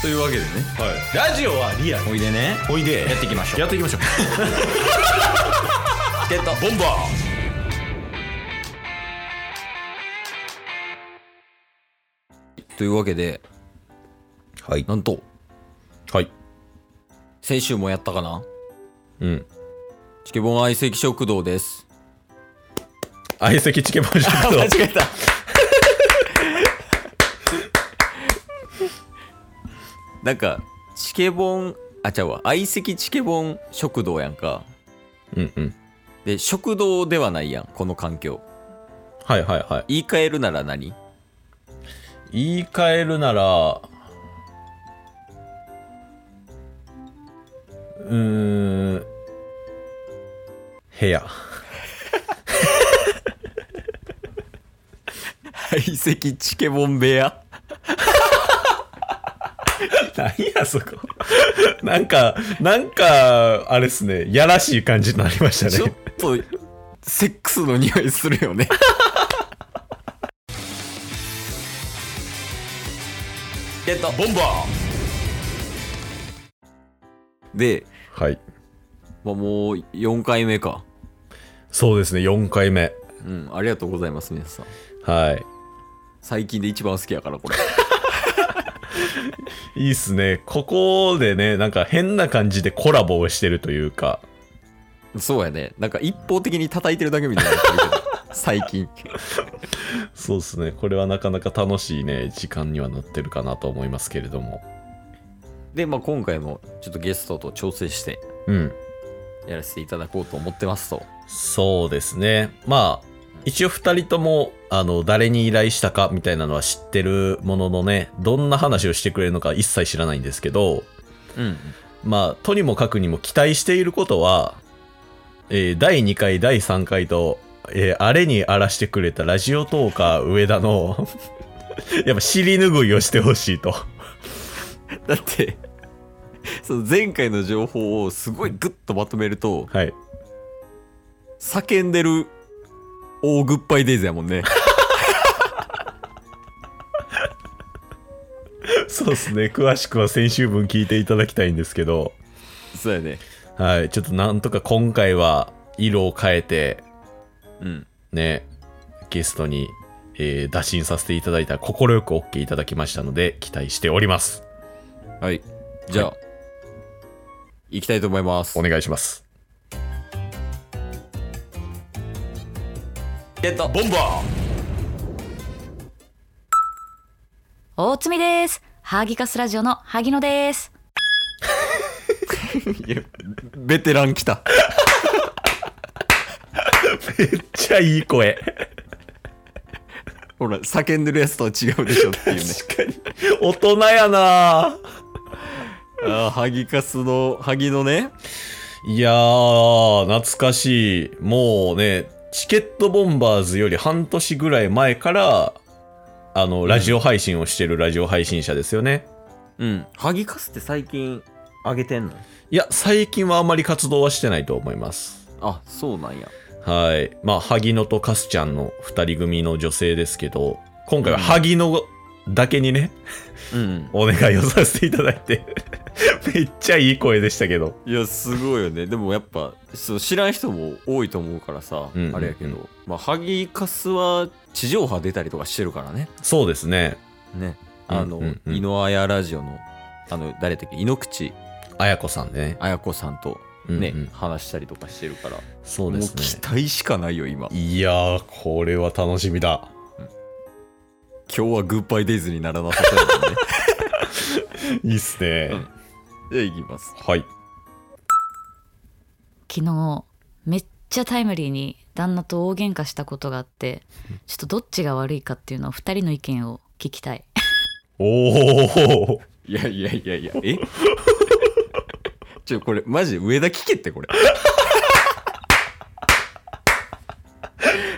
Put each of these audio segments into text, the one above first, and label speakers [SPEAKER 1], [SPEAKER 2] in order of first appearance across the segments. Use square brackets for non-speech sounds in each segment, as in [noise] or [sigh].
[SPEAKER 1] というわけでね
[SPEAKER 2] はい、ラジオはリアル
[SPEAKER 1] おいでね
[SPEAKER 2] おいで
[SPEAKER 1] やっていきましょう
[SPEAKER 2] やってい [laughs] きましょう
[SPEAKER 1] ってた
[SPEAKER 2] ボンバ
[SPEAKER 1] というわけで
[SPEAKER 2] はい
[SPEAKER 1] なんと
[SPEAKER 2] ーはい
[SPEAKER 1] 先週もやったかな
[SPEAKER 2] うん
[SPEAKER 1] チケボン相席食堂です
[SPEAKER 2] 相席チケボ [laughs] ン食堂
[SPEAKER 1] えたなんかチケボンあちゃうわ相席チケボン食堂やんか
[SPEAKER 2] うんうん
[SPEAKER 1] で食堂ではないやんこの環境
[SPEAKER 2] はいはいはい
[SPEAKER 1] 言い換えるなら何
[SPEAKER 2] 言い換えるならうーん部 [laughs] 屋
[SPEAKER 1] 相席チケボン部屋
[SPEAKER 2] なんやそこ [laughs] なんかなんかあれっすねやらしい感じになりまし
[SPEAKER 1] ち
[SPEAKER 2] た
[SPEAKER 1] ょっ
[SPEAKER 2] ね
[SPEAKER 1] とセックスの匂いするよねゲット
[SPEAKER 2] ボンバ
[SPEAKER 1] で、
[SPEAKER 2] ーはい
[SPEAKER 1] まあ、もう4回目か
[SPEAKER 2] そうですね4回目
[SPEAKER 1] うんありがとうございます皆さん
[SPEAKER 2] はい
[SPEAKER 1] 最近で一番好きやからこれ
[SPEAKER 2] いいっすね。ここでね、なんか変な感じでコラボをしてるというか。
[SPEAKER 1] そうやねなんか一方的に叩いてるだけみたいになってる [laughs] けど最近
[SPEAKER 2] そうですね。これはなかなか楽しいね、時間にはなってるかなと思いますけれども。
[SPEAKER 1] で、まあ、今回もちょっとゲストと調整して
[SPEAKER 2] うん。
[SPEAKER 1] やらせていただこうと思ってますと
[SPEAKER 2] そうですね。まあ、一応二人とも、あの、誰に依頼したかみたいなのは知ってるもののね、どんな話をしてくれるのか一切知らないんですけど、
[SPEAKER 1] うん
[SPEAKER 2] まあ、とにもかくにも期待していることは、えー第2回、第3回と、えーあれに荒らしてくれたラジオトーカー上田の、 [laughs] やっぱ尻拭いをしてほしいと。
[SPEAKER 1] だってその前回の情報をすごいグッとまとめると
[SPEAKER 2] はい。
[SPEAKER 1] 叫んでる大グッバイデイズやもんね
[SPEAKER 2] そうですね。詳しくは先週分聞いていただきたいんですけど、
[SPEAKER 1] [laughs] そうやね
[SPEAKER 2] はい。ちょっとなんとか今回は色を変えて、
[SPEAKER 1] うん
[SPEAKER 2] ね、ゲストに、えー打診させていただいたら快く OK いただきましたので、期待しております。
[SPEAKER 1] はいじゃあ、
[SPEAKER 2] は
[SPEAKER 1] 行きたいと思います
[SPEAKER 2] お願いします。
[SPEAKER 1] ゲット
[SPEAKER 2] ボンバー
[SPEAKER 3] 大積です。ハーギカスラジオの萩野です。
[SPEAKER 1] ベテラン来た
[SPEAKER 2] めっちゃいい声。
[SPEAKER 1] ほら叫んでるやつとは違うでしょっていう [laughs] ね
[SPEAKER 2] 確かに。大人やな
[SPEAKER 1] あーハギカスのハギのね
[SPEAKER 2] いやー、懐かしい。もうね、チケットボンバーズより半年ぐらい前から、あの、ラジオ配信をしてるラジオ配信者ですよね。
[SPEAKER 1] うんハギカスって最近あげてんの
[SPEAKER 2] いや、最近はあんまり活動はしてないと思います。
[SPEAKER 1] あそうなんや
[SPEAKER 2] はい。まあ、萩野とカスちゃんの二人組の女性ですけど、今回は萩野だけにね、
[SPEAKER 1] うん
[SPEAKER 2] お願いをさせていただいて、 [laughs] めっちゃいい声でしたけど。
[SPEAKER 1] いやすごいよねでもやっぱそう知らん人も多いと思うからさ、
[SPEAKER 2] うんうんうん
[SPEAKER 1] あれやけど、まあ、ハギカスは地上波出たりとかしてるからね
[SPEAKER 2] そうですね。
[SPEAKER 1] ね
[SPEAKER 2] うん
[SPEAKER 1] あの、
[SPEAKER 2] うんうん
[SPEAKER 1] 井の綾ラジオのあの誰だっけ井ノ口
[SPEAKER 2] あやこさんね。
[SPEAKER 1] 綾子さんと
[SPEAKER 2] うんうん
[SPEAKER 1] ね、話したりとかしてるから
[SPEAKER 2] そう
[SPEAKER 1] も
[SPEAKER 2] で
[SPEAKER 1] う
[SPEAKER 2] すね
[SPEAKER 1] 期。待しかないよ今
[SPEAKER 2] いやー、これは楽しみだ。
[SPEAKER 1] 今日はグッバイデイズにならなさそうだね
[SPEAKER 2] [laughs] いいっすね。
[SPEAKER 1] うんじゃあいきます
[SPEAKER 2] はい。
[SPEAKER 3] 昨日、めっちゃタイムリーに旦那と大喧嘩したことがあって、ちょっとどっちが悪いかっていうのを二人の意見を聞きたい。
[SPEAKER 2] おー
[SPEAKER 1] いやいやいやいやえ [laughs] ちょこれマジ上田聞けってこれ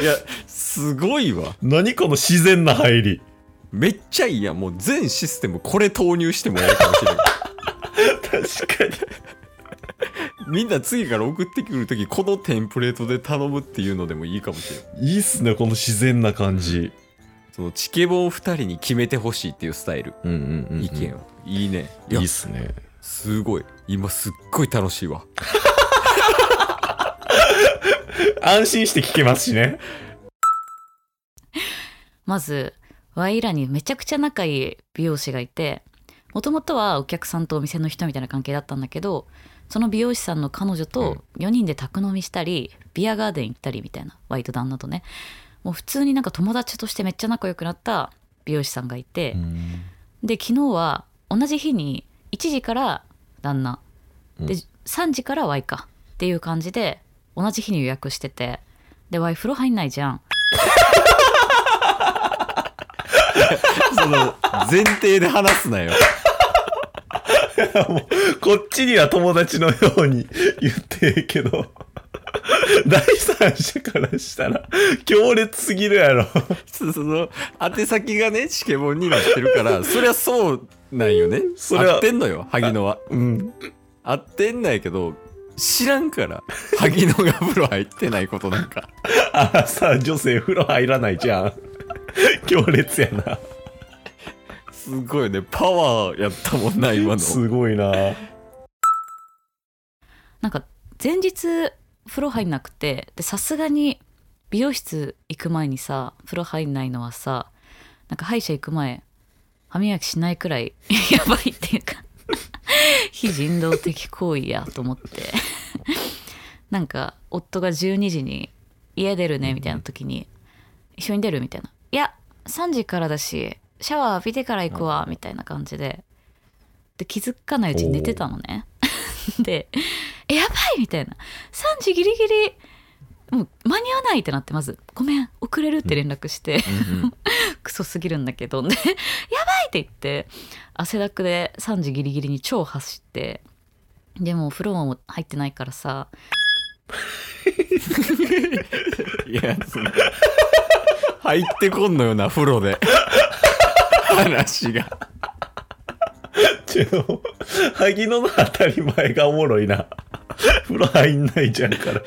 [SPEAKER 1] いやすごいわ
[SPEAKER 2] 何この自然な入り。
[SPEAKER 1] めっちゃいいやんもう全システムこれ投入してもええかもしれない
[SPEAKER 2] 確かに。
[SPEAKER 1] みんな次から送ってくるときこのテンプレートで頼むっていうのでもいいかもしれない
[SPEAKER 2] いいっすね、この自然な感じ。
[SPEAKER 1] そのチケボン二人に決めてほしいっていうスタイル、
[SPEAKER 2] うんうんうんうん
[SPEAKER 1] 意見をいいねい
[SPEAKER 2] い
[SPEAKER 1] や
[SPEAKER 2] いっすね
[SPEAKER 1] すごい今すっごい楽しいわ
[SPEAKER 2] 安心して聞けますしね
[SPEAKER 3] まずワイらにめちゃくちゃ仲いい美容師がいてもともとはお客さんとお店の人みたいな関係だったんだけどその美容師さんの彼女と4人で宅飲みしたり、ビアガーデン行ったりみたいなワイと旦那とねもう普通になんか友達としてめっちゃ仲良くなった美容師さんがいて、
[SPEAKER 2] うん
[SPEAKER 3] で昨日は同じ日に1時から旦那で、
[SPEAKER 2] うん
[SPEAKER 3] 3時から Y かっていう感じで同じ日に予約しててで Y 風呂入んないじゃん
[SPEAKER 1] その前提で話すなよ
[SPEAKER 2] [laughs] こっちには友達のように言ってるけど第三者からしたら強烈すぎるやろ
[SPEAKER 1] [laughs] そその宛先がねチケボンになってる [laughs] からそりゃそうなんよね
[SPEAKER 2] そりゃ
[SPEAKER 1] 合ってんのよ萩野は
[SPEAKER 2] うん
[SPEAKER 1] 合ってんないけど知らんから萩野が風呂入ってないことなんか
[SPEAKER 2] あらさ女性風呂入らないじゃん強烈やな
[SPEAKER 1] すごいねパワーやったもんな今の
[SPEAKER 2] すごいな
[SPEAKER 3] なんか前日風呂入んなくてでさすがに美容室行く前にさ風呂入んないのはさなんか歯医者行く前歯磨きしないくらい [laughs] やばいっていうか [laughs] 非人道的行為やと思ってなんか夫が12時に「家出るね」みたいな時に「一緒に出る?」みたいな「いや3時からだしシャワー浴びてから行くわ」みたいな感じでで気づかないうちに寝てたのね [laughs] で「えやばい!」みたいな3時ギリギリもう間に合わないってなってまず「ごめん遅れる」って連絡して、 [laughs] クソすぎるんだけどで「やばい!」って言って汗だくで3時ギリギリに超走ってでもお風呂も入ってないからさ
[SPEAKER 1] いやその入ってこんのよな風呂で話が
[SPEAKER 2] ちょ萩野の当たり前がおもろいな風呂入んないじゃんから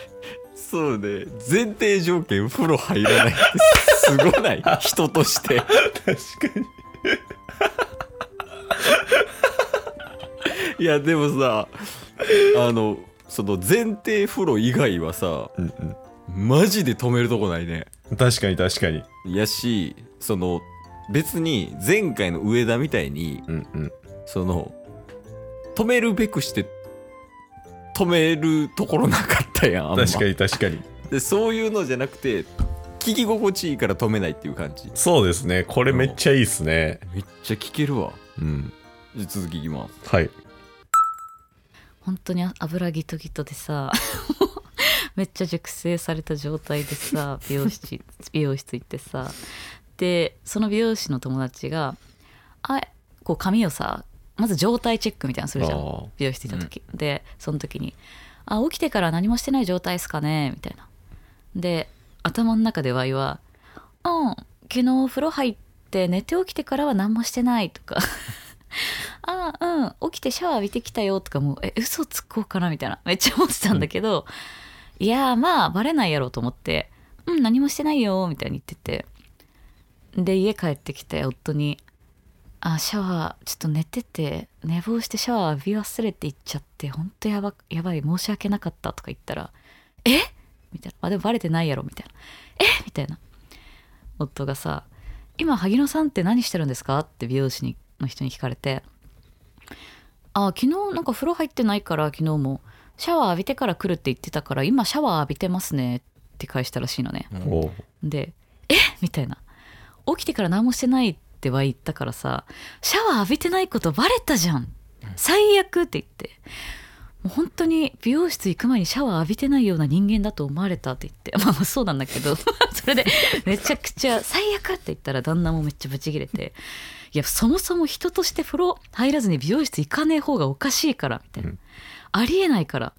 [SPEAKER 1] そうね前提条件風呂入らないってすごない人として
[SPEAKER 2] 確かに
[SPEAKER 1] いやでもさあのその前提風呂以外はさ
[SPEAKER 2] うん
[SPEAKER 1] マジで止めるとこないね
[SPEAKER 2] うん確かに確かに
[SPEAKER 1] やしその別に前回の上田みたいに
[SPEAKER 2] うんうん
[SPEAKER 1] その止めるべくして止めるところなかったやんあんま
[SPEAKER 2] 確かに確かに
[SPEAKER 1] でそういうのじゃなくて聞き心地いいから止めないっていう感じ
[SPEAKER 2] そうですねこれめっちゃいいっすね
[SPEAKER 1] めっちゃ聞けるわ
[SPEAKER 2] うん
[SPEAKER 1] じゃ続きいきます
[SPEAKER 2] はい
[SPEAKER 3] 本当に油ギトギトでさ [laughs] めっちゃ熟成された状態
[SPEAKER 2] [laughs]
[SPEAKER 3] でさ美容室美容室行ってさでその美容師の友達があこう髪をさまず状態チェックみたいなのするじゃ
[SPEAKER 2] あ
[SPEAKER 3] ん
[SPEAKER 2] ー
[SPEAKER 3] 美容室行った時、でその時に「あ起きてから何もしてない状態ですかね」みたいなで頭の中でワイは「うん昨日お風呂入って寝て起きてからは何もしてない」とか「あうん起きてシャワー浴びてきたよ」とかもう「え嘘つこうかな」みたいなめっちゃ思ってたんだけど、いやーまあバレないやろうと思って「うん何もしてないよ」みたいに言っててで家帰ってきて夫に「あシャワーちょっと寝てて寝坊してシャワー浴び忘れて行っちゃってほんとやばやばい申し訳なかった」とか言ったら「えみたいな「あでもバレてないやろ」みたいな「えみたいな夫がさ「今萩野さんって何してるんですか?」って美容師にの人に聞かれて「あ昨日なんか風呂入ってないから昨日もシャワー浴びてから来るって言ってたから今シャワー浴びてますね」って返したらしいのね。
[SPEAKER 2] おう
[SPEAKER 3] で「えみたいな起きてから何もしてないっては言ったからさシャワー浴びてないことバレたじゃん最悪って言ってもう本当に美容室行く前にシャワー浴びてないような人間だと思われたって言って [laughs] まあまあそうなんだけど [laughs] それでめちゃくちゃ最悪って言ったら旦那もめっちゃブチギレていやそもそも人として風呂入らずに美容室行かねえ方がおかしいからみたいな、ありえないから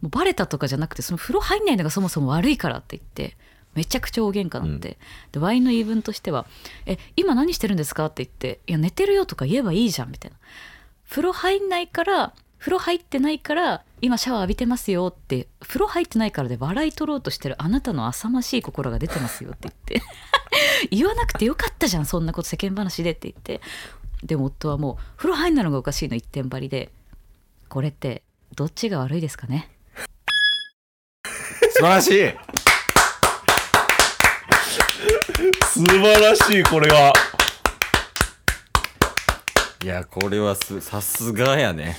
[SPEAKER 3] もうバレたとかじゃなくてその風呂入んないのがそもそも悪いからって言ってめちゃくちゃ大喧嘩になって、でワインの言い分としては「え今何してるんですか?」って言って「いや寝てるよ」とか言えばいいじゃんみたいな風呂入んないから風呂入ってないから今シャワー浴びてますよって風呂入ってないからで笑い取ろうとしてるあなたの浅ましい心が出てますよって言って [laughs] 言わなくてよかったじゃんそんなこと世間話でって言ってでも夫はもう風呂入んないのがおかしいの一点張りでこれってどっちが悪いですかね
[SPEAKER 1] 素晴らしい
[SPEAKER 2] 素晴らしいこれはい
[SPEAKER 1] や、これはす、さすがやね。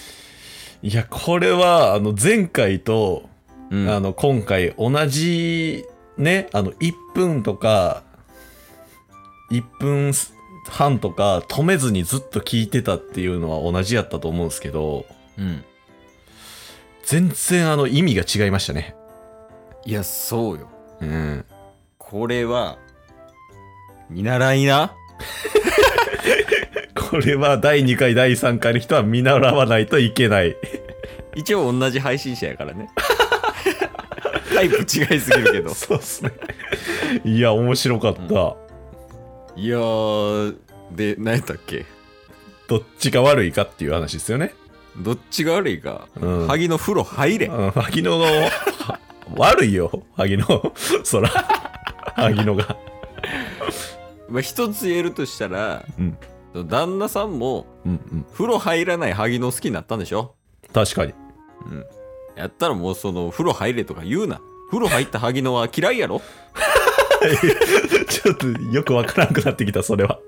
[SPEAKER 2] いやこれはあの前回と、
[SPEAKER 1] うん。
[SPEAKER 2] あの今回同じねあの1分とか1分半とか止めずにずっと聞いてたっていうのは同じやったと思うんですけど
[SPEAKER 1] うん。
[SPEAKER 2] 全然あの意味が違いましたね
[SPEAKER 1] いや、そうよ。
[SPEAKER 2] うん
[SPEAKER 1] これは、見習いな。
[SPEAKER 2] これは第2回第3回の人は見習わないといけない
[SPEAKER 1] 一応同じ配信者やから
[SPEAKER 2] [laughs]
[SPEAKER 1] ね。タイプ違いすぎるけど。
[SPEAKER 2] そうっすねいや面白かった、
[SPEAKER 1] うん
[SPEAKER 2] ど
[SPEAKER 1] いやー、で、何やったっけ
[SPEAKER 2] っちが悪いかっていう話ですよね
[SPEAKER 1] どっちが悪いか。
[SPEAKER 2] うん
[SPEAKER 1] 萩の風呂入れ。
[SPEAKER 2] うん萩野が [laughs] 悪いよ萩野 [laughs] そら萩野が
[SPEAKER 1] まあ、一つ言えるとしたら、
[SPEAKER 2] うん
[SPEAKER 1] 旦那さんも、
[SPEAKER 2] うんうん
[SPEAKER 1] 風呂入らない萩の好きになったんでしょ
[SPEAKER 2] 確かに [laughs]
[SPEAKER 1] うん。やったらもうその、風呂入れとか言うな。風呂入った萩野は嫌い
[SPEAKER 2] [laughs]
[SPEAKER 1] やろ
[SPEAKER 2] ちょっとよくわからんくなってきたそれは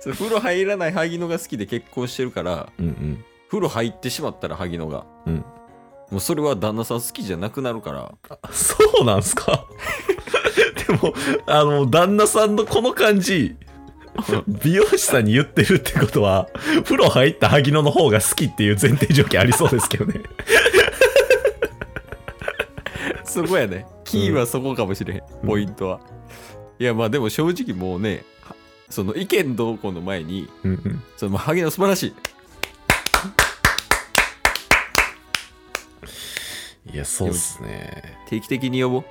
[SPEAKER 1] そう風呂入らない萩野が好きで結婚してるから
[SPEAKER 2] うんうん
[SPEAKER 1] 風呂入ってしまったら萩野が
[SPEAKER 2] うん
[SPEAKER 1] もうそれは旦那さん好きじゃなくなるから
[SPEAKER 2] そうなんすか [laughs] でもあの旦那さんのこの感じ美容師さんに言ってるってことは風呂入った萩野の方が好きっていう前提条件ありそうですけどね
[SPEAKER 1] [laughs]
[SPEAKER 2] [laughs]
[SPEAKER 1] そこやねキーはそこかもしれへん、
[SPEAKER 2] うん
[SPEAKER 1] ポイントは、いやまあでも正直もうねはその意見同行の前に
[SPEAKER 2] うんうん
[SPEAKER 1] その萩野素晴らしい
[SPEAKER 2] いやそうっすね
[SPEAKER 1] 定期的に呼ぼう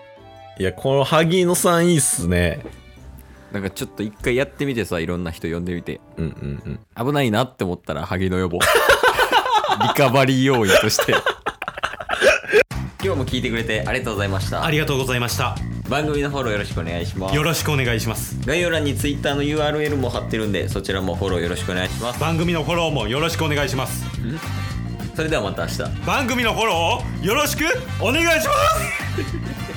[SPEAKER 2] いやこの萩野さんいいっすね
[SPEAKER 1] なんかちょっと一回やってみてさいろんな人呼んでみて
[SPEAKER 2] うんうんうん
[SPEAKER 1] 危ないなって思ったら萩 [laughs] 野呼ぼうリカバリー要員として [laughs] 今日も聞いてくれてありがとうございました
[SPEAKER 4] ありがとうございました
[SPEAKER 1] 番組のフォローよろしくお願いします
[SPEAKER 4] よろしくお願いします
[SPEAKER 1] 概要欄に Twitter の URL も貼ってるんでそちらもフォローよろしくお願いします
[SPEAKER 4] 番組のフォローもよろしくお願いします
[SPEAKER 1] それではまた明日
[SPEAKER 4] 番組のフォローをよろしくお願いします